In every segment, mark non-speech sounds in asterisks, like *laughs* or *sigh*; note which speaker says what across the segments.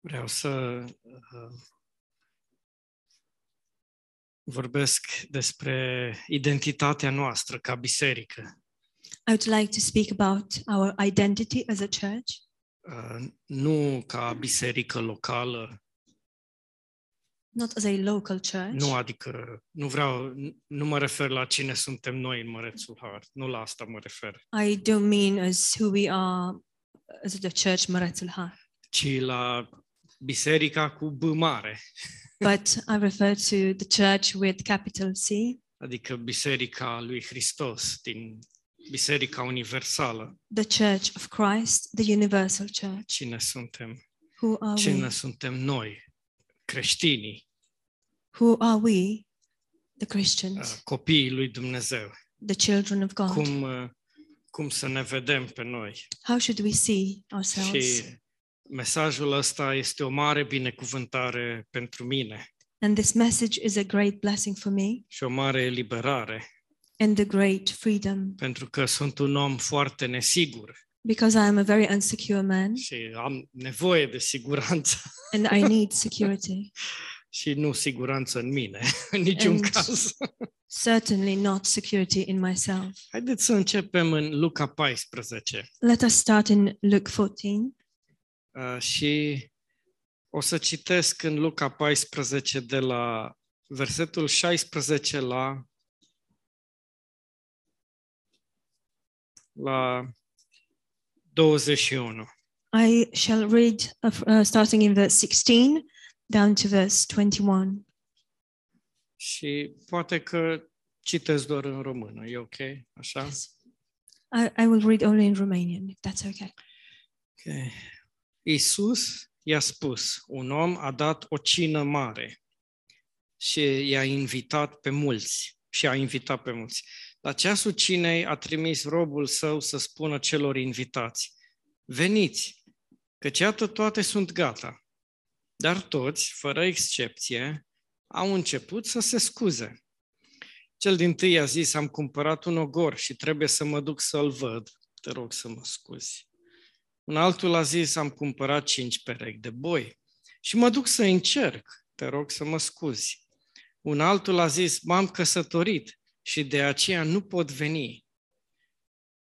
Speaker 1: Vreau să uh, vorbesc despre identitatea noastră ca biserică.
Speaker 2: I would like to speak about our identity as a church,
Speaker 1: Uh, Nu ca biserică locală,
Speaker 2: not as a local church.
Speaker 1: nu adică, nu vreau, nu mă refer la cine suntem noi în Mărețul Har, nu la asta mă refer,
Speaker 2: I don't mean as who we are as the church Maratul Har,
Speaker 1: ci la biserica cu B mare,
Speaker 2: but I refer to the church with capital C,
Speaker 1: adică biserica lui Hristos, din biserica universală,
Speaker 2: the church of Christ, the universal church.
Speaker 1: cine suntem,
Speaker 2: Who are
Speaker 1: cine
Speaker 2: we?
Speaker 1: suntem noi, creștinii,
Speaker 2: Who are we? The Christians,
Speaker 1: uh, copiii lui Dumnezeu.
Speaker 2: the children of God.
Speaker 1: cum, uh, cum să ne vedem pe noi.
Speaker 2: How should we see
Speaker 1: Și
Speaker 2: ourselves?
Speaker 1: mesajul ăsta este o mare binecuvântare pentru mine
Speaker 2: And this message is a great blessing for me
Speaker 1: și o mare eliberare,
Speaker 2: and a great freedom
Speaker 1: pentru că sunt un om foarte nesigur
Speaker 2: because I am a very insecure man
Speaker 1: și am nevoie de siguranță *laughs*
Speaker 2: and I need security.
Speaker 1: și nu siguranță în mine, *laughs* în niciun
Speaker 2: And-
Speaker 1: caz.
Speaker 2: Certainly not security in myself.
Speaker 1: Haideți să începem în Luca 14
Speaker 2: Let us start in Luke 14
Speaker 1: uh, și o să citesc în Luca 14 de la versetul 16 la la 21.
Speaker 2: I shall read uh, f- uh, starting in verse 16 down to verse 21.
Speaker 1: Și poate că citesc doar în română, e ok? Așa?
Speaker 2: I, I will read only in Romanian, if that's okay.
Speaker 1: Ok. Iisus i-a spus, un om a dat o cină mare și i-a invitat pe mulți și a invitat pe mulți. La ceasul cinei a trimis robul său să spună celor invitați, veniți, căci iată toate sunt gata. Dar toți, fără excepție, au început să se scuze. Cel din tâi a zis, am cumpărat un ogor și trebuie să mă duc să-l văd. Te rog să mă scuzi. Un altul a zis, am cumpărat cinci perechi de boi și mă duc să încerc, te rog să mă scuzi. Un altul a zis, m-am căsătorit și de aceea nu pot veni.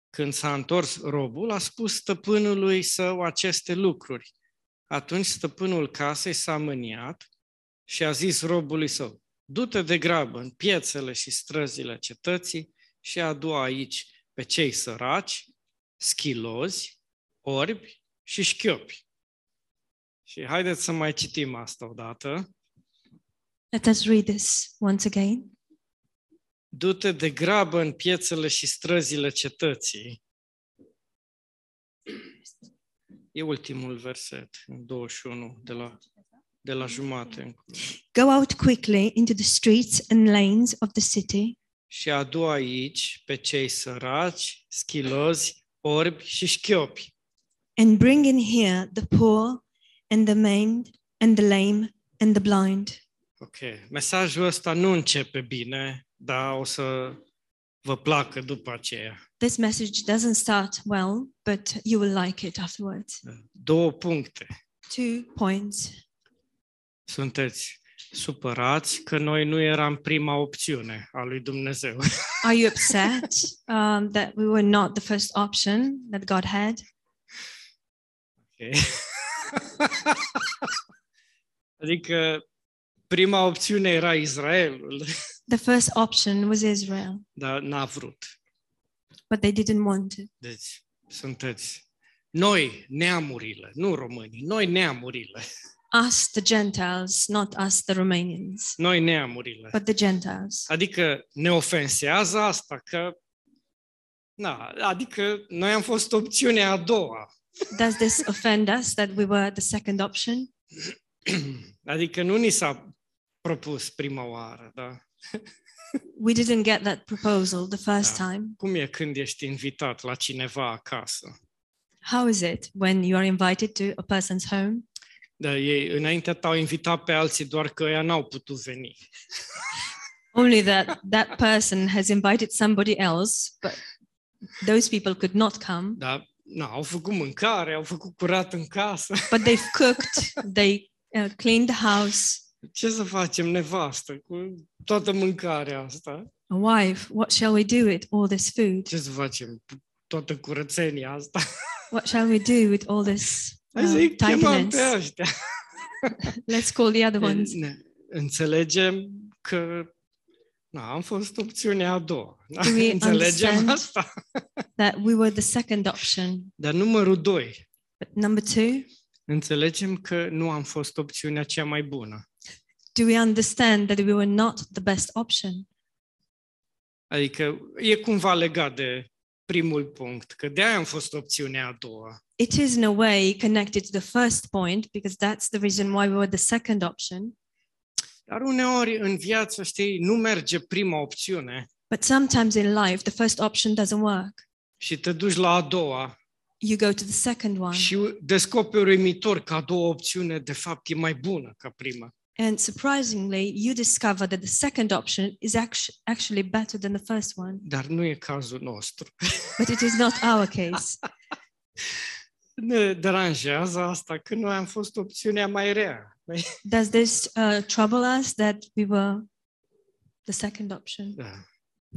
Speaker 1: Când s-a întors robul, a spus stăpânului său aceste lucruri. Atunci stăpânul casei s-a mâniat și a zis robului său, du-te de grabă în piețele și străzile cetății și adu aici pe cei săraci, schilozi, orbi și șchiopi. Și haideți să mai citim asta odată.
Speaker 2: Let us read this once again.
Speaker 1: Du-te de grabă în piețele și străzile cetății. E ultimul verset, în 21, de la, de la jumate. încolo.
Speaker 2: Go out quickly into the streets and lanes of the city
Speaker 1: Și adu aici pe cei săraci, schilozi, orbi și șchiopi.
Speaker 2: and bring in here the poor and the maimed and the lame and the blind.
Speaker 1: Ok, mesajul ăsta nu începe bine, dar o să vă placă după aceea.
Speaker 2: This message doesn't start well, but you will like it afterwards.
Speaker 1: Două puncte.
Speaker 2: Two points.
Speaker 1: sunteți supărați că noi nu eram prima opțiune a lui Dumnezeu. *laughs*
Speaker 2: Are you upset *laughs* um, that we were not the first option that God had?
Speaker 1: Ok. adică prima opțiune era Israelul, *laughs*
Speaker 2: The first option was Israel,
Speaker 1: dar n-a vrut.
Speaker 2: but they didn't want it.
Speaker 1: Deci sunteți noi, neamurile, nu românii, noi neamurile,
Speaker 2: Us, the Gentiles, not us, the Romanians,
Speaker 1: noi neamurile.
Speaker 2: but the Gentiles.
Speaker 1: Adică ne ofensează asta că Na, adică noi am fost opțiunea a doua. *clears throat*
Speaker 2: Does this offend us that we were the second option?
Speaker 1: Adică nu ni s-a propus prima oară, da?
Speaker 2: We didn't get that proposal the first
Speaker 1: Yeah.
Speaker 2: time.
Speaker 1: Cum e când ești invitat la cineva acasă?
Speaker 2: How is it when you are invited to a person's home?
Speaker 1: Dar Da, ei înainte te-au invitat pe alții, doar că ea n-au putut veni.
Speaker 2: Only that that person has invited somebody else, but those people could not come.
Speaker 1: Da? na, au făcut mâncare, au făcut curat în casă. *laughs*
Speaker 2: but they've cooked, they uh, cleaned the house.
Speaker 1: Ce să facem nevastă cu toată mâncarea asta?
Speaker 2: A wife, what shall we do with all this food?
Speaker 1: Ce să facem cu toată curățenia asta?
Speaker 2: Ah, What shall we do with all this
Speaker 1: Hai
Speaker 2: uh,
Speaker 1: să-i chemăm pe
Speaker 2: tidiness?
Speaker 1: ăștia.
Speaker 2: Let's call the other ones.
Speaker 1: Ne- Înțelegem că na, am fost opțiunea a doua. Da?
Speaker 2: Do we
Speaker 1: Înțelegem
Speaker 2: understand?
Speaker 1: asta.
Speaker 2: That we were the second option.
Speaker 1: Dar numărul doi,
Speaker 2: But number two,
Speaker 1: înțelegem că nu am fost opțiunea cea mai bună.
Speaker 2: do we understand that we were not the best option?
Speaker 1: Adică e cumva legat de primul punct, că de-aia am fost opțiunea a doua.
Speaker 2: It is in a way connected to the first point because that's the reason why we were the second option.
Speaker 1: Dar uneori în viață, știi, nu merge prima opțiune
Speaker 2: But sometimes in life, the first option doesn't work.
Speaker 1: și te duci la a doua
Speaker 2: You go to the second one.
Speaker 1: și descoperi uimitor că a doua opțiune de fapt e mai bună ca prima.
Speaker 2: And surprisingly, you discover that the second option is actu- actually better than the first one.
Speaker 1: Dar nu e cazul nostru.
Speaker 2: But it is not our case.
Speaker 1: Ne deranjează asta că noi am fost opțiunea mai rea. Păi,
Speaker 2: Does this uh, trouble us that we were the second option?
Speaker 1: Da.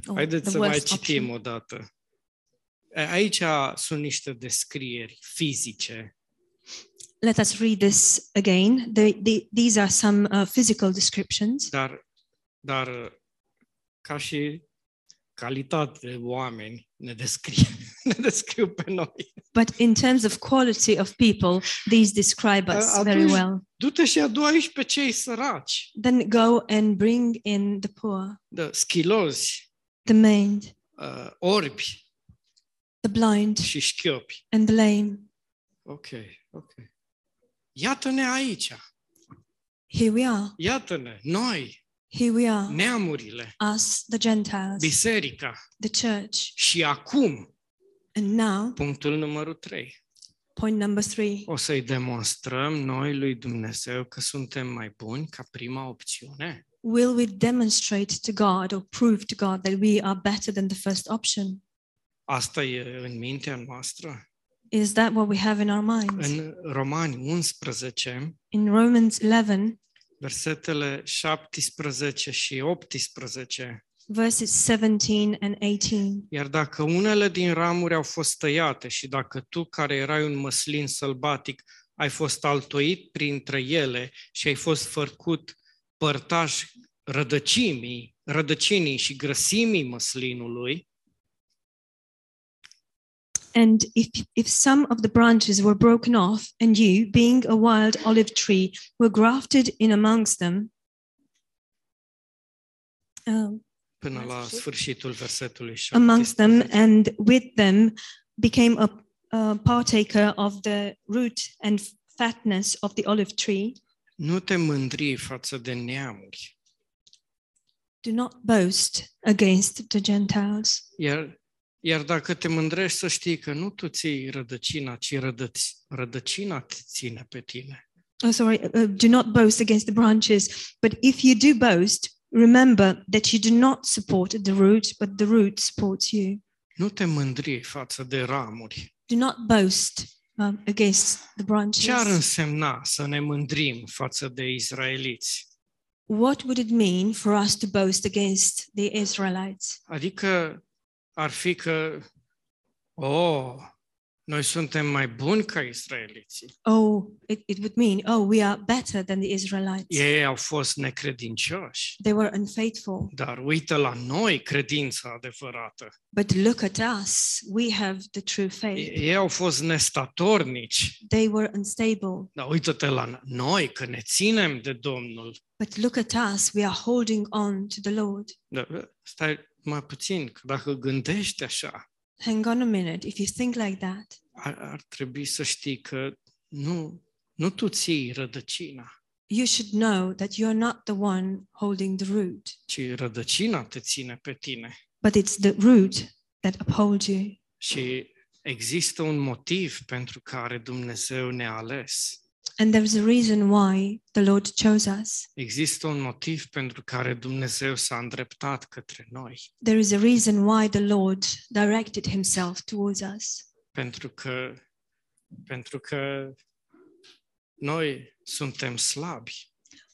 Speaker 2: or
Speaker 1: Haideți
Speaker 2: the
Speaker 1: să mai
Speaker 2: worst option?
Speaker 1: citim o dată. Aici sunt niște descrieri fizice
Speaker 2: Let us read this again. The, the, these are some uh, physical descriptions,
Speaker 1: dar, dar ca și calitate de oameni ne descriu, *laughs* ne descriu pe noi.
Speaker 2: but in terms of quality of people, these describe us
Speaker 1: Uh,
Speaker 2: very
Speaker 1: atunci-
Speaker 2: well.
Speaker 1: Du-te și adu aici pe cei săraci,
Speaker 2: Then go and bring in the poor,
Speaker 1: de schilozi,
Speaker 2: the maimed,
Speaker 1: uh, orbi
Speaker 2: the blind,
Speaker 1: și șchiopi.
Speaker 2: and the lame.
Speaker 1: Ok, ok. Iată-ne aici,
Speaker 2: Here we are.
Speaker 1: iată-ne, noi,
Speaker 2: Here we are.
Speaker 1: neamurile,
Speaker 2: us, the Gentiles,
Speaker 1: biserica
Speaker 2: the church.
Speaker 1: și acum,
Speaker 2: And now,
Speaker 1: punctul numărul 3.
Speaker 2: point number three,
Speaker 1: O să-i demonstrăm noi lui Dumnezeu că suntem mai buni ca prima opțiune?
Speaker 2: will we demonstrate to God or prove to God that we are better than the first option?
Speaker 1: Asta e în mintea noastră.
Speaker 2: Is that what we have in our minds?
Speaker 1: În Romani 11,
Speaker 2: In Romans 11,
Speaker 1: versetele 17 și 18,
Speaker 2: verses 17 and 18.
Speaker 1: iar dacă unele din ramuri au fost tăiate și dacă tu, care erai un măslin sălbatic, ai fost altoit printre ele și ai fost făcut părtaș rădăcimii, rădăcinii și grăsimii măslinului,
Speaker 2: And if, if some of the branches were broken off, and you, being a wild olive tree, were grafted in amongst them, um,
Speaker 1: până
Speaker 2: La
Speaker 1: la
Speaker 2: sfârșit.
Speaker 1: sfârșitul versetului
Speaker 2: amongst them
Speaker 1: 17.
Speaker 2: and with them became a, a partaker of the root and fatness of the olive tree.
Speaker 1: Nu te mândri față de neamuri.
Speaker 2: Do not boast against the Gentiles.
Speaker 1: Iar, iar dacă te mândrești să știi că nu tu ții rădăcina, ci rădăci, rădăcina te ține pe tine.
Speaker 2: Oh, sorry, uh, do not boast against the branches. But if you do boast, remember that you do not support the root, but the root supports you.
Speaker 1: Nu te mândri față de ramuri.
Speaker 2: Do not boast um, against
Speaker 1: Ce ar
Speaker 2: the branches.
Speaker 1: însemna să ne mândrim față de izraeliți?
Speaker 2: What would it mean for us to boast against the Israelites?
Speaker 1: Adică ar fi că, oh, noi suntem mai buni ca israeliții.
Speaker 2: Oh, it, it would mean, oh, we are better than the Israelites.
Speaker 1: Ei au fost necredincioși,
Speaker 2: They were unfaithful.
Speaker 1: dar uită la noi credința adevărată.
Speaker 2: But look at us. We have the true faith.
Speaker 1: Ei au fost nestatornici,
Speaker 2: They were unstable.
Speaker 1: Dar uită-te la noi, că ne ținem de Domnul.
Speaker 2: But look at us. We are holding on to the Lord.
Speaker 1: Da, Stai mai puțin, că dacă gândești așa,
Speaker 2: Hang on a minute. If you think like that,
Speaker 1: ar, ar trebui să știi că nu, nu tu ții rădăcina,
Speaker 2: you should know that you're not the one holding the root,
Speaker 1: ci rădăcina te ține pe tine.
Speaker 2: but it's the root that upholds you.
Speaker 1: Și există un motiv pentru care Dumnezeu ne-a ales.
Speaker 2: And there is a reason why the Lord chose us.
Speaker 1: Există un motiv pentru care Dumnezeu s-a îndreptat către noi.
Speaker 2: There is a reason why the Lord directed himself towards us.
Speaker 1: pentru că, pentru că noi suntem slabi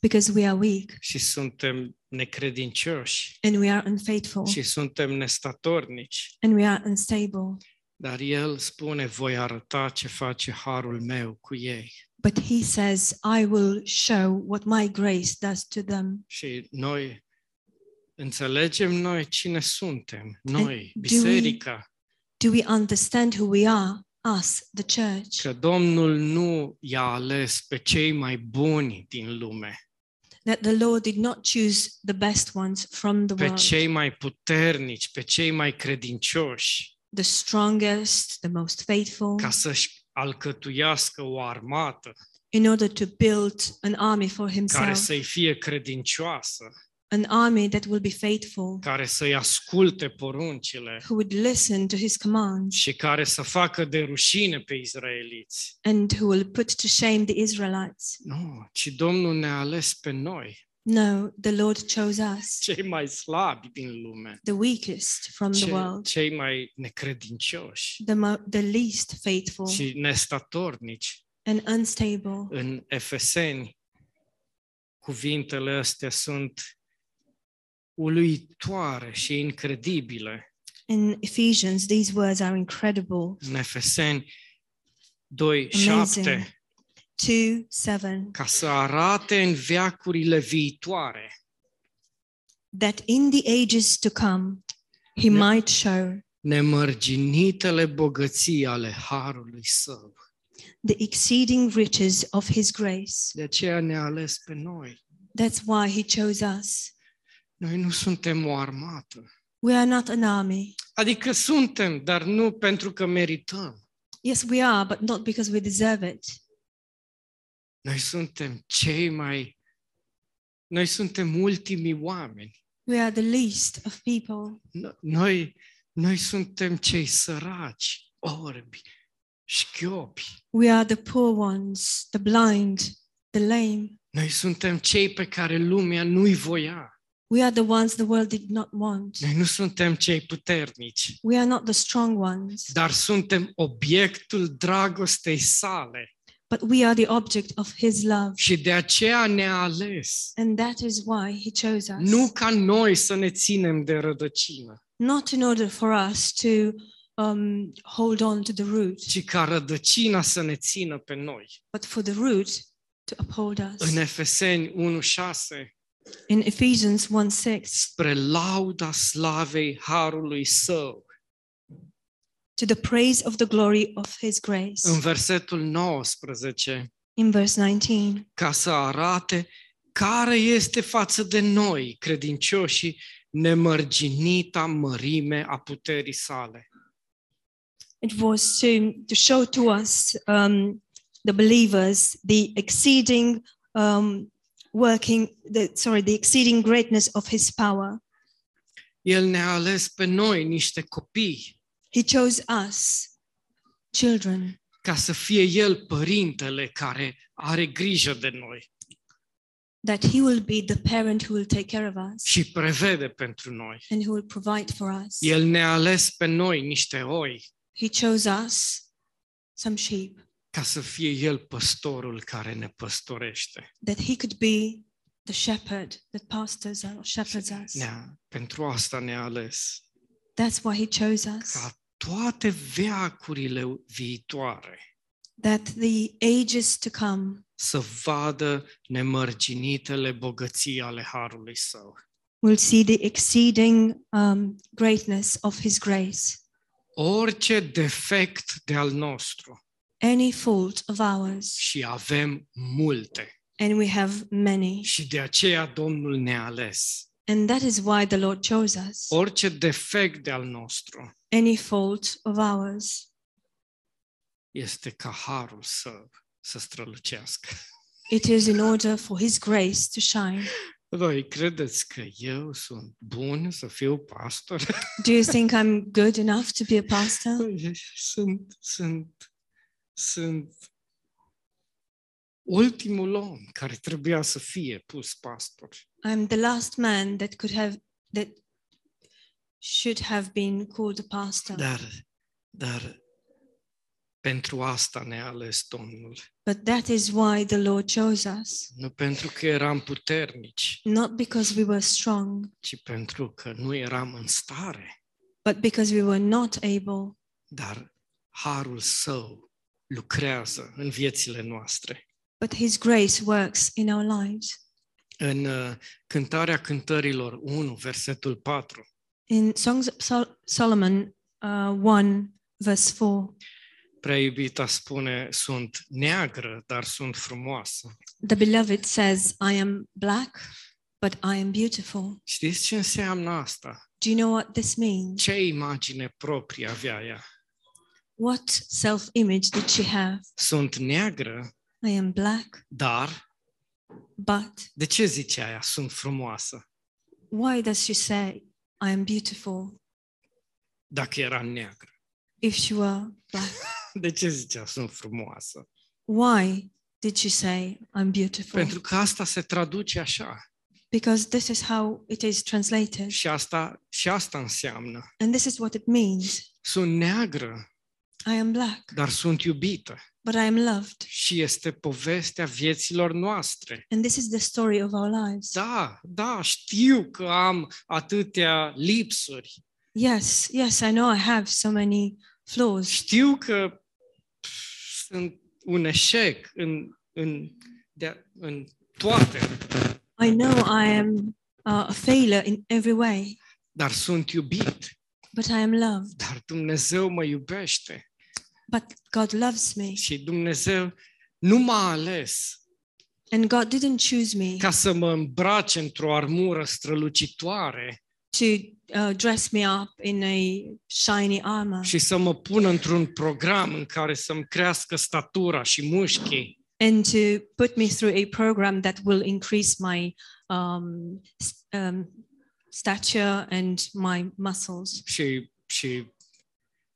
Speaker 2: because we are weak
Speaker 1: și suntem necredincioși
Speaker 2: and we are unfaithful
Speaker 1: și suntem nestatornici.
Speaker 2: and we are unstable.
Speaker 1: Dar El spune, voi arăta ce face harul meu cu ei.
Speaker 2: But he says, I will show what my grace does to them.
Speaker 1: Și noi înțelegem noi cine suntem, noi,
Speaker 2: do we-
Speaker 1: biserica,
Speaker 2: Do we understand who we are? Us, the church.
Speaker 1: că Domnul nu i-a ales pe cei mai buni din lume,
Speaker 2: That the Lord did not choose the best ones from the
Speaker 1: pe
Speaker 2: world,
Speaker 1: cei mai puternici, pe cei mai credincioși,
Speaker 2: the strongest, the most faithful,
Speaker 1: ca să-și alcătuiască o armată
Speaker 2: in order to build an army for
Speaker 1: care
Speaker 2: himself,
Speaker 1: să-i fie credincioasă,
Speaker 2: an army that will be faithful,
Speaker 1: care să-i asculte poruncile
Speaker 2: who would listen to his commands,
Speaker 1: și care să facă de rușine pe israeliți.
Speaker 2: and who will put to shame the Israelites.
Speaker 1: Nu, ci Domnul ne-a ales pe noi,
Speaker 2: No, the Lord chose us,
Speaker 1: cei mai slabi din lume,
Speaker 2: the weakest from the
Speaker 1: ce,
Speaker 2: world,
Speaker 1: cei mai necredincioși
Speaker 2: the, mo- the least faithful
Speaker 1: și nestatornici.
Speaker 2: and unstable.
Speaker 1: În Efeseni, cuvintele astea sunt uluitoare și incredibile.
Speaker 2: In Ephesians, these words are incredible.
Speaker 1: În Efeseni 2,
Speaker 2: Amazing.
Speaker 1: 7,
Speaker 2: 2 7.
Speaker 1: ca să arate în veacurile viitoare
Speaker 2: That in the ages to come, he
Speaker 1: Ne-
Speaker 2: might show
Speaker 1: nemărginitele bogății ale harului său.
Speaker 2: the exceeding riches of his grace.
Speaker 1: De aceea ne-a ales pe noi.
Speaker 2: That's why he chose us.
Speaker 1: Noi nu suntem o armată.
Speaker 2: We are not an army.
Speaker 1: Adică suntem, dar nu pentru că merităm.
Speaker 2: Yes, we are, but not because we deserve it.
Speaker 1: Noi suntem cei mai noi suntem ultimii oameni.
Speaker 2: We are the least of people.
Speaker 1: No- Noi noi suntem cei săraci, orbi, șchiopi.
Speaker 2: We are the poor ones, the blind, the lame.
Speaker 1: Noi suntem cei pe care lumea nu-i voia.
Speaker 2: We are the ones the world did not want.
Speaker 1: Noi nu suntem cei puternici,
Speaker 2: We are not the strong ones,
Speaker 1: dar suntem obiectul dragostei sale
Speaker 2: but we are the object of his love.
Speaker 1: și de aceea ne-a ales.
Speaker 2: And that is why he chose us.
Speaker 1: Nu ca noi să ne ținem de rădăcină,
Speaker 2: Not in order for us to um, hold on to the root,
Speaker 1: ci ca rădăcina să ne țină pe noi.
Speaker 2: but for the root to uphold us.
Speaker 1: În Efeseni 1:6,
Speaker 2: In Ephesians 1 6,
Speaker 1: spre lauda slavei harului său.
Speaker 2: to the praise of the glory of his grace.
Speaker 1: În versetul 19,
Speaker 2: In verse 19,
Speaker 1: ca să arate care este față de noi, credincioșii, nemărginita mărime a puterii sale.
Speaker 2: it was to, to show to us, um, the believers, the exceeding um, working, the, sorry, the exceeding greatness of his power.
Speaker 1: El ne-a ales pe noi niște copii
Speaker 2: He chose us, children,
Speaker 1: ca să fie El părintele care are grijă de noi
Speaker 2: that he will be the parent who will take care of us
Speaker 1: și prevede pentru noi.
Speaker 2: and who will provide for us.
Speaker 1: El ne-a ales pe noi niște oi
Speaker 2: He chose us, some sheep,
Speaker 1: ca să fie El păstorul care ne păstorește.
Speaker 2: that he could be the shepherd that pastors or shepherds us.
Speaker 1: Ne-a, pentru asta ne-a ales.
Speaker 2: That's why he chose us,
Speaker 1: Ca toate veacurile viitoare
Speaker 2: that the ages to come
Speaker 1: să vadă nemărginitele bogății ale harului său.
Speaker 2: will see the exceeding um, greatness of his grace.
Speaker 1: Orice defect de al nostru
Speaker 2: Any fault of ours,
Speaker 1: și avem multe
Speaker 2: and we have many.
Speaker 1: și de aceea Domnul ne-a ales.
Speaker 2: And that is why the Lord chose us.
Speaker 1: Orice defect de al nostru
Speaker 2: Any fault of ours
Speaker 1: este ca harul să, să strălucească.
Speaker 2: It is in order for His grace to shine.
Speaker 1: Voi credeți că eu sunt bun să fiu pastor? *laughs*
Speaker 2: Do you think I'm good enough to be a pastor?
Speaker 1: Sunt, sunt, sunt ultimul om care trebuia să fie pus pastor.
Speaker 2: I'm the last man that could have that Da. should have been called a pastor.
Speaker 1: Dar, dar Pentru asta ne-a ales Domnul.
Speaker 2: But that is why the Lord chose us,
Speaker 1: Nu pentru că eram puternici,
Speaker 2: not because we were strong,
Speaker 1: ci pentru că nu eram în stare.
Speaker 2: but because we were not able.
Speaker 1: Dar harul său lucrează în viețile noastre.
Speaker 2: But His grace works in our lives.
Speaker 1: În uh, Cântarea Cântărilor 1, versetul 4,
Speaker 2: In Songs of Sol- Solomon uh, 1, verse 4,
Speaker 1: prea iubita spune, sunt neagră, dar sunt frumoasă.
Speaker 2: the beloved says, I am black, but I am beautiful.
Speaker 1: Știți ce înseamnă asta?
Speaker 2: Do you know what this means?
Speaker 1: Ce imagine proprie avea ea?
Speaker 2: What self image did she have?
Speaker 1: Sunt neagră,
Speaker 2: I am black,
Speaker 1: dar
Speaker 2: but
Speaker 1: de ce zice aia? Sunt frumoasă,
Speaker 2: why does she say, I am beautiful
Speaker 1: dacă era neagră.
Speaker 2: if she were black?
Speaker 1: De ce zicea sunt frumoasă?
Speaker 2: Why did she say, I'm beautiful?
Speaker 1: Pentru că asta se traduce așa
Speaker 2: Because this is how it is translated,
Speaker 1: și asta, și asta înseamnă.
Speaker 2: and this is what it means.
Speaker 1: Sunt neagră,
Speaker 2: I am black,
Speaker 1: dar sunt iubită
Speaker 2: but I am loved.
Speaker 1: și este povestea vieților noastre.
Speaker 2: And this is the story of our lives.
Speaker 1: Da, da, știu că am atâtea lipsuri,
Speaker 2: Yes, yes, I know I have so many flaws.
Speaker 1: știu că pf, sunt un eșec în, în, de, în toate,
Speaker 2: I know I am uh, a failure in every way,
Speaker 1: dar sunt iubit,
Speaker 2: but I am loved.
Speaker 1: dar Dumnezeu mă iubește
Speaker 2: But God loves me,
Speaker 1: și Dumnezeu nu m-a ales
Speaker 2: and God didn't choose me
Speaker 1: ca să mă îmbrace într-o armură strălucitoare
Speaker 2: to uh, dress me up in a shiny armor
Speaker 1: și să mă pună într-un program în care să-mi crească statura și mușchii,
Speaker 2: and to put me through a program that will increase my um, s- um, stature and my muscles.
Speaker 1: și, și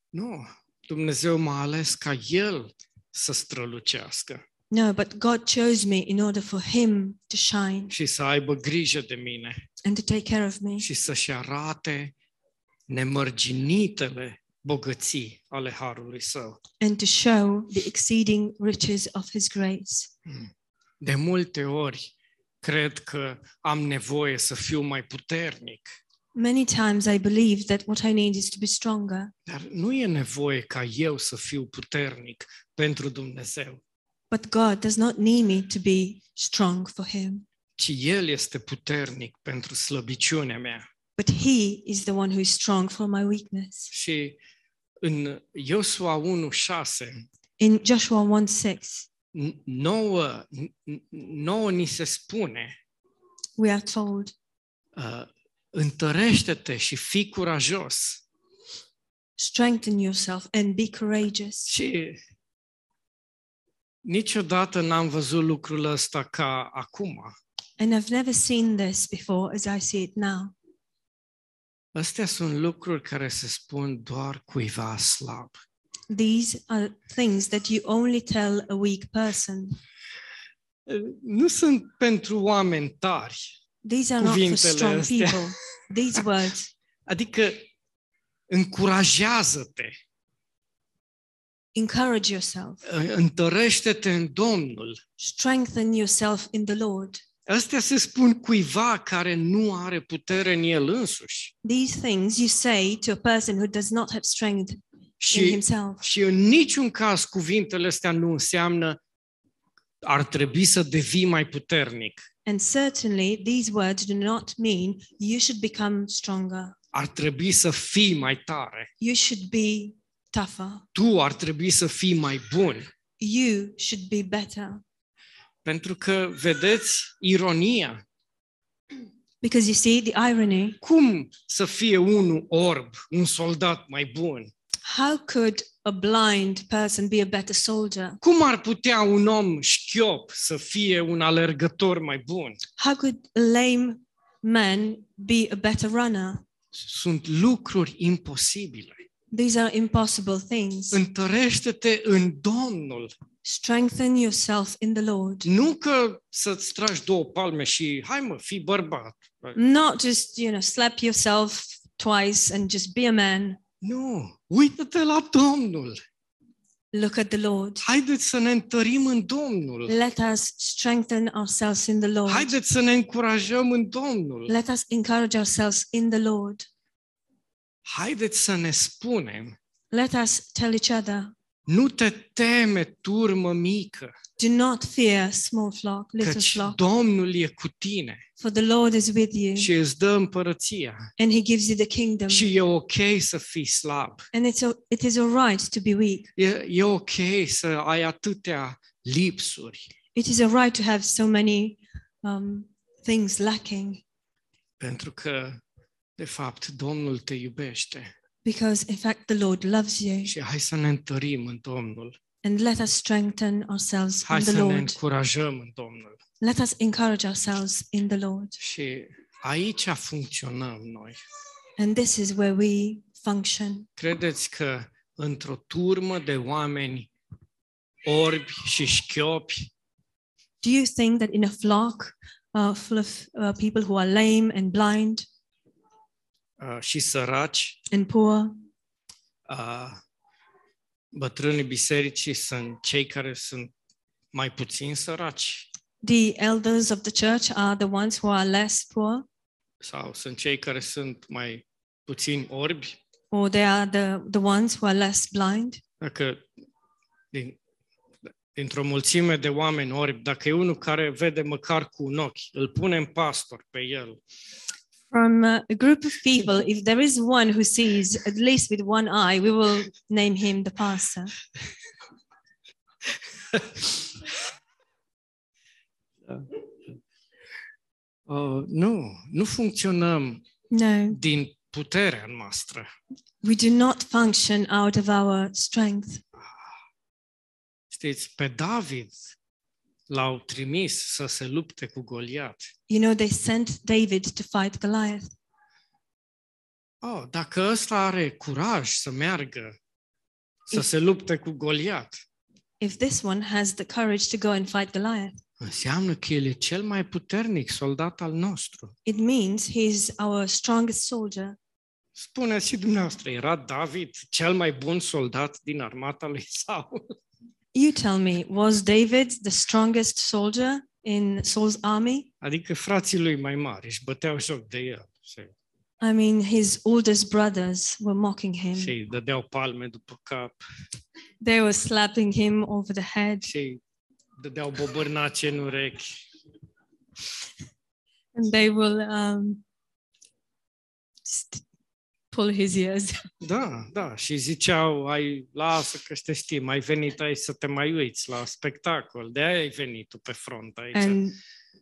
Speaker 1: nu, Dumnezeu m-a ales ca El să strălucească
Speaker 2: No, but God chose me in order for Him to shine
Speaker 1: și să aibă grijă de mine
Speaker 2: and to take care of me
Speaker 1: și să-și arate nemărginitele bogății ale Harului Său.
Speaker 2: and to show the exceeding riches of His grace.
Speaker 1: De multe ori cred că am nevoie să fiu mai puternic,
Speaker 2: Many times I believe that what I need is to be stronger,
Speaker 1: Dar nu e nevoie ca eu să fiu puternic pentru Dumnezeu,
Speaker 2: but God does not need me to be strong for Him,
Speaker 1: ci El este puternic pentru slăbiciunea mea.
Speaker 2: but He is the one who is strong for my weakness.
Speaker 1: Și în Iosua 1, 6,
Speaker 2: In Joshua 1 6,
Speaker 1: nouă, n- n- nouă ni se spune,
Speaker 2: we are told,
Speaker 1: uh, întărește-te și fii curajos.
Speaker 2: Strengthen yourself and be courageous.
Speaker 1: Și niciodată n-am văzut lucrul ăsta ca acum.
Speaker 2: And I've never seen this before as I see it now.
Speaker 1: Astea sunt lucruri care se spun doar cuiva slab.
Speaker 2: These are things that you only tell a weak person.
Speaker 1: Uh, nu sunt pentru oameni tari.
Speaker 2: These are not for
Speaker 1: Cuvintele
Speaker 2: strong
Speaker 1: astea.
Speaker 2: people. These words
Speaker 1: Adică încurajează-te,
Speaker 2: encourage yourself,
Speaker 1: întărește-te în Domnul.
Speaker 2: strengthen yourself in the Lord.
Speaker 1: Astea se spun cuiva care nu are putere în el însuși.
Speaker 2: These things you say to a person who does not have strength in
Speaker 1: Și,
Speaker 2: himself.
Speaker 1: și în niciun caz cuvintele astea nu înseamnă ar trebui să devii mai puternic.
Speaker 2: And certainly, these words do not mean you should become stronger.
Speaker 1: Ar trebui să fii mai tare.
Speaker 2: You should be tougher.
Speaker 1: Tu ar trebui să fii mai bun.
Speaker 2: You should be better.
Speaker 1: Pentru că, vedeți, ironia.
Speaker 2: Because you see the irony
Speaker 1: Cum să fie unul orb, un soldat mai bun?
Speaker 2: how could a blind person be a better soldier?
Speaker 1: Cum ar putea un om șchiop să fie un alergător mai bun?
Speaker 2: How could a lame man be a better runner?
Speaker 1: Sunt lucruri imposibile.
Speaker 2: These are impossible things.
Speaker 1: Întărește-te în Domnul.
Speaker 2: Strengthen yourself in the Lord.
Speaker 1: Nu că să-ți tragi două palme și hai mă, fii bărbat.
Speaker 2: not just you know slap yourself twice and just be a man
Speaker 1: Nu, uită-te la Domnul.
Speaker 2: Look at the Lord.
Speaker 1: Haideți să ne întărim în Domnul.
Speaker 2: Let us strengthen ourselves in the Lord.
Speaker 1: Haideți să ne încurajăm în Domnul.
Speaker 2: Let us encourage ourselves in the Lord.
Speaker 1: Haideți să ne spunem,
Speaker 2: Let us tell each other,
Speaker 1: nu te teme, turmă mică,
Speaker 2: do not fear small flock, little
Speaker 1: căci
Speaker 2: flock,
Speaker 1: Domnul e cu tine
Speaker 2: for the Lord is with you
Speaker 1: și îți dă împărăția.
Speaker 2: and he gives you the kingdom.
Speaker 1: Și e ok să fii slab.
Speaker 2: And it's a, it is all right to be weak.
Speaker 1: E, e ok să ai atâtea lipsuri,
Speaker 2: It is all right to have so many um, things lacking
Speaker 1: pentru că, de fapt, Domnul te iubește.
Speaker 2: because, in fact, the Lord loves you.
Speaker 1: Și hai să ne întărim în Domnul.
Speaker 2: And let us strengthen ourselves
Speaker 1: Hai
Speaker 2: in
Speaker 1: să
Speaker 2: the
Speaker 1: ne
Speaker 2: Lord.
Speaker 1: încurajăm în Domnul.
Speaker 2: Let us encourage ourselves in the Lord.
Speaker 1: Și aici funcționăm noi.
Speaker 2: And this is where we function.
Speaker 1: Credeți că într-o turmă de oameni orbi și șchiopi,
Speaker 2: Do you think that in a flock uh, full of uh, people who are lame and blind
Speaker 1: uh, și săraci,
Speaker 2: and poor,
Speaker 1: uh, bătrânii bisericii sunt cei care sunt mai puțin săraci
Speaker 2: the elders of the church are the ones who are less poor,
Speaker 1: sau sunt cei care sunt mai puțin orbi?
Speaker 2: or they are the, the ones who are less blind?
Speaker 1: Dacă din, dintr-o mulțime de oameni orbi, dacă e unul care vede măcar cu un ochi, îl punem pastor pe el,
Speaker 2: From uh, a group of people, if there is one who sees at least with one eye, we will name him the pastor.
Speaker 1: Da. Uh, nu, nu funcționăm
Speaker 2: No,
Speaker 1: din puterea noastră.
Speaker 2: we do not function out of our strength.
Speaker 1: Știți, pe David l-au trimis să se lupte cu Goliat.
Speaker 2: You know, they sent David to fight Goliath.
Speaker 1: Oh, dacă ăsta are curaj să meargă, să se lupte cu Goliat,
Speaker 2: If this one has the courage to go and fight Goliath,
Speaker 1: înseamnă că el e cel mai puternic soldat al nostru.
Speaker 2: it means he's our strongest soldier.
Speaker 1: Spuneți și dumneavoastră, era David cel mai bun soldat din armata lui *laughs* Saul?
Speaker 2: You tell me, was David the strongest soldier in Saul's army?
Speaker 1: Adică frații lui mai mari își băteau joc de el și,
Speaker 2: I mean, his oldest brothers were mocking him.
Speaker 1: și îi dădeau palme după cap
Speaker 2: They were slapping him over the head
Speaker 1: și îi dădeau bobârnace în urechi.
Speaker 2: and they will um, just pull his ears.
Speaker 1: Da, da, și ziceau, ai, lasă că te știm, ai venit aici să te mai uiți la spectacol, de aia ai venit tu pe front aici. And...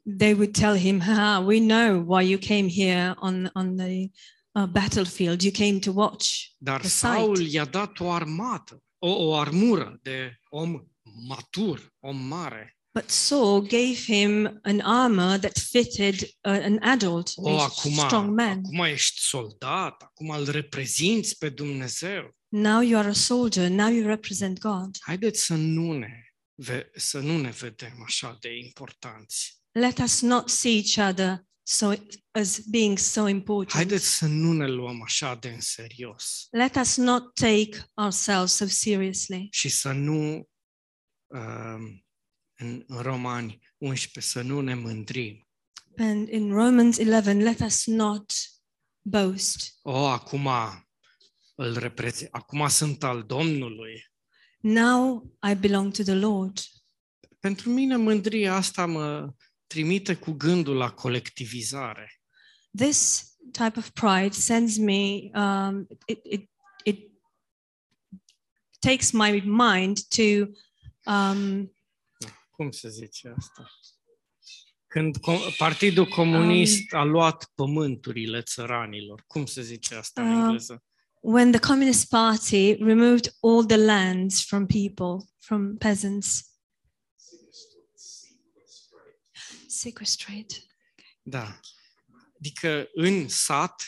Speaker 2: And they would tell him, "Ha, we know why you came here on, on the uh, battlefield. You came to watch.
Speaker 1: Dar
Speaker 2: the
Speaker 1: Saul
Speaker 2: sight.
Speaker 1: i-a dat o armată, o, o armură de om matur, om mare,
Speaker 2: But Saul gave him an armor that fitted uh, an adult,
Speaker 1: o,
Speaker 2: a
Speaker 1: acum,
Speaker 2: strong man.
Speaker 1: acum ești soldat, acum îl reprezinți pe Dumnezeu.
Speaker 2: Now you are a soldier. Now you represent God.
Speaker 1: Haideți să nu ne, ve- să nu ne vedem așa de importanți.
Speaker 2: Let us not see each other so as being so important.
Speaker 1: Haideți să nu ne luăm așa de în serios.
Speaker 2: Let us not take ourselves so seriously.
Speaker 1: și să nu, um, în în Romani 11, să nu ne mândrim.
Speaker 2: And in Romans 11, let us not boast.
Speaker 1: O, acum îl reprezint, acum sunt al Domnului.
Speaker 2: Now I belong to the Lord.
Speaker 1: Pentru mine mândria asta mă trimite cu gândul la colectivizare.
Speaker 2: This type of pride sends me, um, it, it, it takes my mind to, um,
Speaker 1: Cum se zice asta? Când com- Partidul Comunist a luat pământurile țăranilor. Cum se zice asta în
Speaker 2: Ah.
Speaker 1: engleză?
Speaker 2: when the Communist Party removed all the lands from people, from peasants. Sequestrate.
Speaker 1: Da. Adică în sat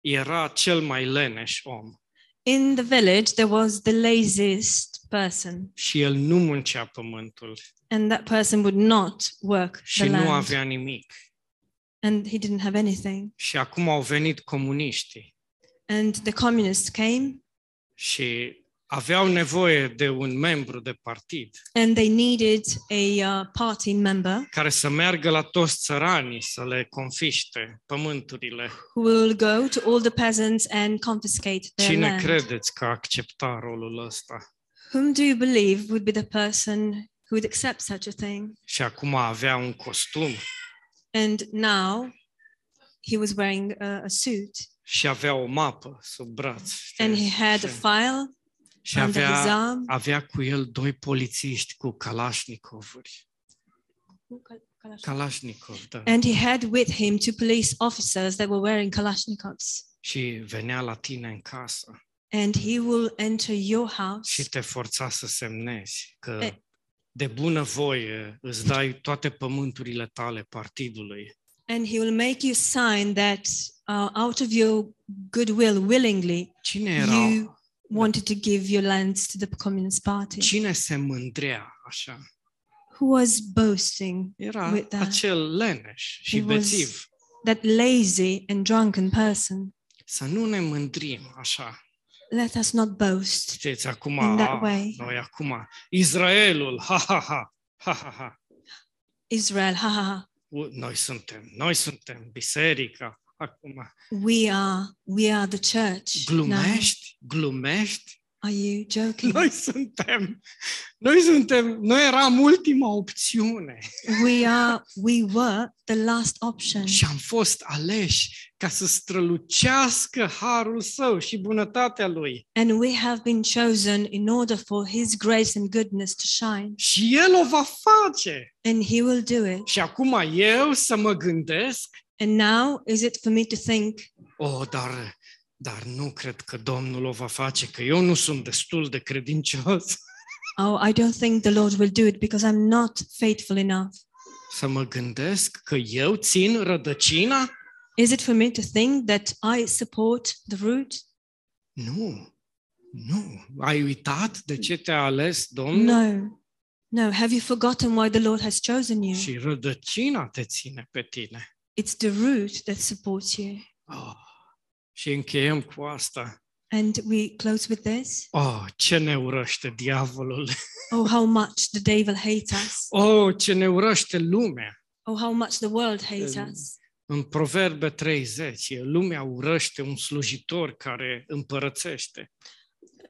Speaker 1: era cel mai leneș om.
Speaker 2: In the village, there was the laziest person,
Speaker 1: și el nu muncea pământul
Speaker 2: and that person would not work
Speaker 1: și
Speaker 2: the
Speaker 1: nu
Speaker 2: land,
Speaker 1: avea nimic.
Speaker 2: and he didn't have anything.
Speaker 1: Și acum au venit comuniștii
Speaker 2: And the communists came
Speaker 1: și aveau nevoie de un membru de partid
Speaker 2: and they needed a uh, party member
Speaker 1: care să meargă la toți țăranii să le confiște pământurile.
Speaker 2: who will go to all the peasants and confiscate their
Speaker 1: Cine
Speaker 2: land.
Speaker 1: credeți că accepta rolul ăsta?
Speaker 2: Whom do you believe would be the person who would accept such a thing?
Speaker 1: Și acum avea un costum
Speaker 2: And now he was wearing a, a suit
Speaker 1: și avea o mapă sub braț. știi?
Speaker 2: and he had a
Speaker 1: Și-
Speaker 2: file
Speaker 1: și
Speaker 2: under his
Speaker 1: avea,
Speaker 2: arm.
Speaker 1: avea cu el doi polițiști cu kalashnikovuri. Kalashnikov, da.
Speaker 2: And he had with him two police officers that were wearing Kalashnikovs.
Speaker 1: Și venea la tine în casă
Speaker 2: And he will enter your house
Speaker 1: și te forța să semnezi că
Speaker 2: E-
Speaker 1: de bună voie îți dai toate pământurile tale partidului.
Speaker 2: and he will make you sign that uh, out of your goodwill, willingly,
Speaker 1: Cine era?
Speaker 2: You- wanted to give your lands to the Communist Party.
Speaker 1: Cine se mândrea așa?
Speaker 2: Who was boasting
Speaker 1: Era
Speaker 2: With that.
Speaker 1: acel leneș și
Speaker 2: It was-
Speaker 1: bețiv.
Speaker 2: that lazy and drunken person?
Speaker 1: Să nu ne mândrim așa.
Speaker 2: Let us not boast.
Speaker 1: Știți, acum,
Speaker 2: In that
Speaker 1: a,
Speaker 2: way.
Speaker 1: noi acum, Israelul, ha, ha, ha, ha, ha, ha.
Speaker 2: Israel, ha ha ha.
Speaker 1: U- Noi suntem, noi suntem biserica acum.
Speaker 2: We are, we are the church. Now,
Speaker 1: Glumești? Glumești?
Speaker 2: are you joking?
Speaker 1: *laughs* Noi suntem, noi suntem, noi eram ultima opțiune
Speaker 2: we are, we were the last option.
Speaker 1: și am fost aleși ca să strălucească harul său și bunătatea lui.
Speaker 2: And we have been chosen in order for his grace and goodness to shine.
Speaker 1: Și el o va face.
Speaker 2: And he will do it.
Speaker 1: Și acum eu să mă gândesc,
Speaker 2: And now is it for me to think,
Speaker 1: o, oh, dar, dar nu cred că Domnul o va face, că eu nu sunt destul de credincios. *laughs*
Speaker 2: oh, I don't think the Lord will do it because I'm not faithful enough?
Speaker 1: Să mă gândesc că eu țin rădăcina?
Speaker 2: Is it for me to think that I support the root?
Speaker 1: Nu, nu. Ai uitat de ce te-a ales Domnul?
Speaker 2: No. No. Have you forgotten why the Lord has chosen you?
Speaker 1: Și rădăcina te ține pe tine.
Speaker 2: It's the root that supports you.
Speaker 1: Oh. Și încheiem cu asta.
Speaker 2: And we close with this.
Speaker 1: Oh, ce ne urăște diavolul!
Speaker 2: Oh, how much the devil hates us.
Speaker 1: Oh, ce ne urăște lumea!
Speaker 2: Oh, how much the world hates
Speaker 1: Um,
Speaker 2: us.
Speaker 1: În Proverbe 30, e, lumea urăște un slujitor care împărățește.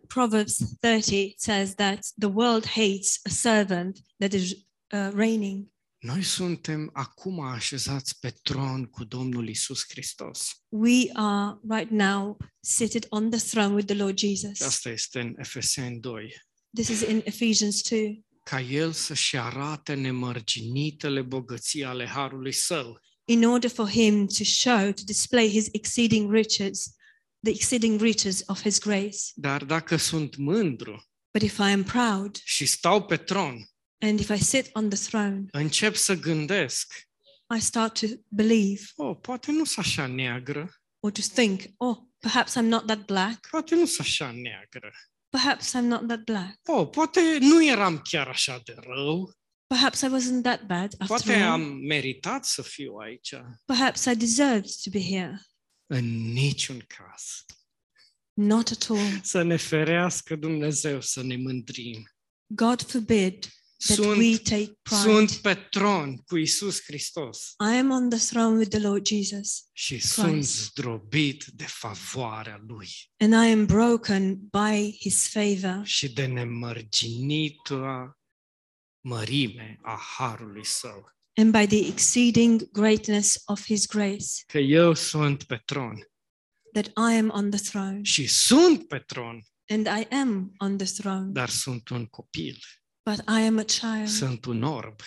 Speaker 2: Proverbs 30 says that the world hates a servant that is uh, reigning.
Speaker 1: Noi suntem acum așezați pe tron cu Domnul Isus Hristos.
Speaker 2: We are right now seated on the throne with the Lord Jesus.
Speaker 1: Și Asta este în Efeseni 2.
Speaker 2: This is in Ephesians 2.
Speaker 1: Ca el să-și arate nemărginitele bogății ale harului său
Speaker 2: in order for him to show, to display his exceeding riches, the exceeding riches of his grace.
Speaker 1: Dar dacă sunt mândru
Speaker 2: But if I am proud
Speaker 1: și stau pe tron,
Speaker 2: and if I sit on the throne,
Speaker 1: încep să gândesc,
Speaker 2: I start to believe
Speaker 1: oh, poate nu sunt așa neagră,
Speaker 2: or to think, oh, perhaps I'm not that black,
Speaker 1: poate nu sunt așa neagră,
Speaker 2: perhaps I'm not that black,
Speaker 1: oh, poate nu eram chiar așa de rău,
Speaker 2: perhaps I wasn't that bad after
Speaker 1: poate
Speaker 2: all,
Speaker 1: am meritat să fiu aici.
Speaker 2: perhaps I deserved to be here.
Speaker 1: În niciun caz.
Speaker 2: Not at all.
Speaker 1: Să ne ferească Dumnezeu să ne mândrim.
Speaker 2: God forbid that we
Speaker 1: Sunt,
Speaker 2: take pride.
Speaker 1: sunt pe tron cu Isus Hristos
Speaker 2: I am on the throne with the Lord Jesus,
Speaker 1: și sunt zdrobit de favoarea Lui.
Speaker 2: and I am broken by his favor.
Speaker 1: și de nemărginită mărime a harului său.
Speaker 2: and by the exceeding greatness of his grace
Speaker 1: Că eu sunt pe tron
Speaker 2: that I am on the throne
Speaker 1: și sunt pe tron,
Speaker 2: and I am on the throne
Speaker 1: dar sunt un copil,
Speaker 2: but I am a child
Speaker 1: sunt un orb,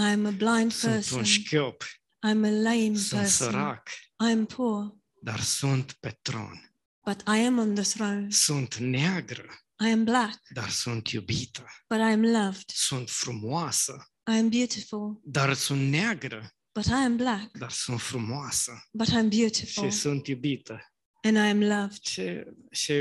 Speaker 2: I am a blind
Speaker 1: sunt un
Speaker 2: person
Speaker 1: șchiop,
Speaker 2: I'm a lame
Speaker 1: sunt
Speaker 2: person
Speaker 1: sărac,
Speaker 2: I'm poor
Speaker 1: dar sunt pe tron.
Speaker 2: but I am on the throne
Speaker 1: Sunt neagră,
Speaker 2: I am black
Speaker 1: dar sunt iubită.
Speaker 2: but I am loved
Speaker 1: Sunt frumoasă,
Speaker 2: I am beautiful
Speaker 1: dar sunt neagră,
Speaker 2: but I am black
Speaker 1: dar sunt frumoasă
Speaker 2: but I'm
Speaker 1: și
Speaker 2: beautiful
Speaker 1: sunt iubită.
Speaker 2: and I am loved
Speaker 1: Și, și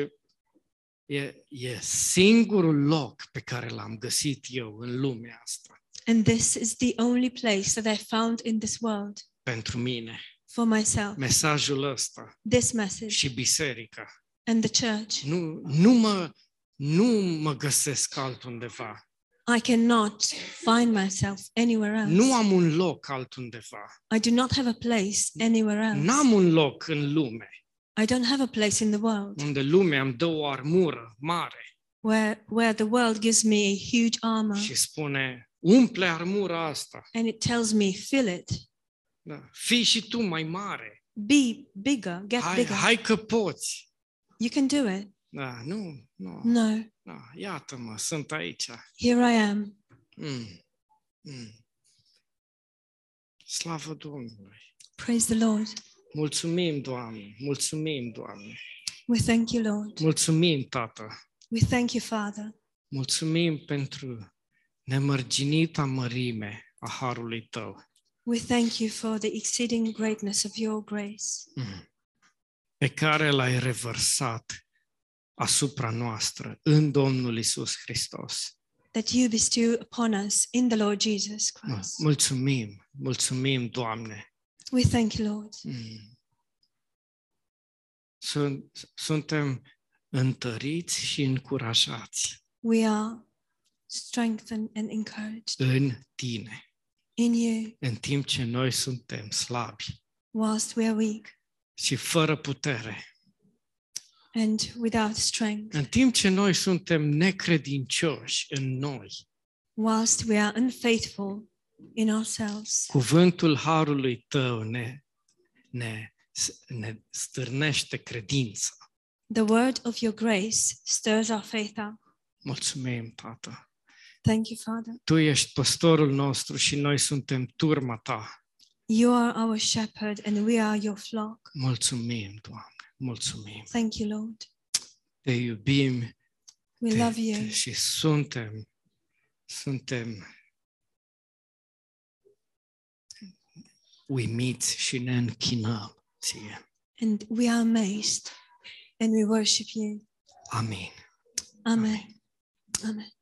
Speaker 1: e, e singurul loc pe care l-am găsit eu în lumea asta
Speaker 2: and this is the only place that I found in this world
Speaker 1: pentru mine.
Speaker 2: for myself
Speaker 1: Mesajul ăsta
Speaker 2: this message
Speaker 1: și biserica.
Speaker 2: and the church
Speaker 1: Nu, nu, mă, nu mă găsesc altundeva.
Speaker 2: I cannot find myself anywhere else.
Speaker 1: Nu am un loc altundeva.
Speaker 2: I do not have a place anywhere else.
Speaker 1: N-am un loc în lume
Speaker 2: I don't have a place in the world
Speaker 1: unde lumea îmi dă o armură mare
Speaker 2: where, where the world gives me a huge armor
Speaker 1: și spune, umple armura asta.
Speaker 2: and it tells me, fill it,
Speaker 1: Da. Fii și tu mai mare.
Speaker 2: be bigger, get
Speaker 1: Hai,
Speaker 2: bigger.
Speaker 1: hai că poți.
Speaker 2: You can do it.
Speaker 1: Da, nu, nu.
Speaker 2: No,
Speaker 1: Da, iată-mă, sunt aici.
Speaker 2: here I am.
Speaker 1: Mm. Mm. Slavă Domnului!
Speaker 2: Praise the Lord.
Speaker 1: Mulțumim, Doamne! Mulțumim, Doamne!
Speaker 2: We thank you, Lord.
Speaker 1: Mulțumim, Tată!
Speaker 2: We thank you, Father.
Speaker 1: Mulțumim pentru nemărginita mărime a harului tău.
Speaker 2: We thank you for the exceeding greatness of your grace
Speaker 1: Mm. Pe care l-ai revărsat asupra noastră în Domnul Isus Hristos.
Speaker 2: that you bestow upon us in the Lord Jesus Christ.
Speaker 1: Mulțumim, mulțumim, Doamne!
Speaker 2: We thank you, Lord.
Speaker 1: Mm. Sunt, suntem întăriți și încurajați
Speaker 2: We are strengthened and encouraged
Speaker 1: în tine,
Speaker 2: in you
Speaker 1: în timp ce noi suntem slabi
Speaker 2: whilst we are weak
Speaker 1: și fără putere,
Speaker 2: and without strength,
Speaker 1: în timp ce noi suntem necredincioși în noi.
Speaker 2: whilst we are unfaithful in ourselves.
Speaker 1: Cuvântul harului tău ne, ne, ne stârnește credința.
Speaker 2: The word of your grace stirs our faith up.
Speaker 1: Mulțumim, Tată.
Speaker 2: Thank you, Father.
Speaker 1: Tu ești păstorul nostru și noi suntem turma ta.
Speaker 2: You are our shepherd and we are your flock.
Speaker 1: Mulțumim, Doamne. Mulțumim.
Speaker 2: Thank you, Lord.
Speaker 1: te iubim
Speaker 2: We
Speaker 1: te,
Speaker 2: love
Speaker 1: Te,
Speaker 2: you.
Speaker 1: și suntem, suntem uimiți și ne închinăm ție.
Speaker 2: And we are amazed and we worship you.
Speaker 1: Amin.
Speaker 2: Amen. Amen.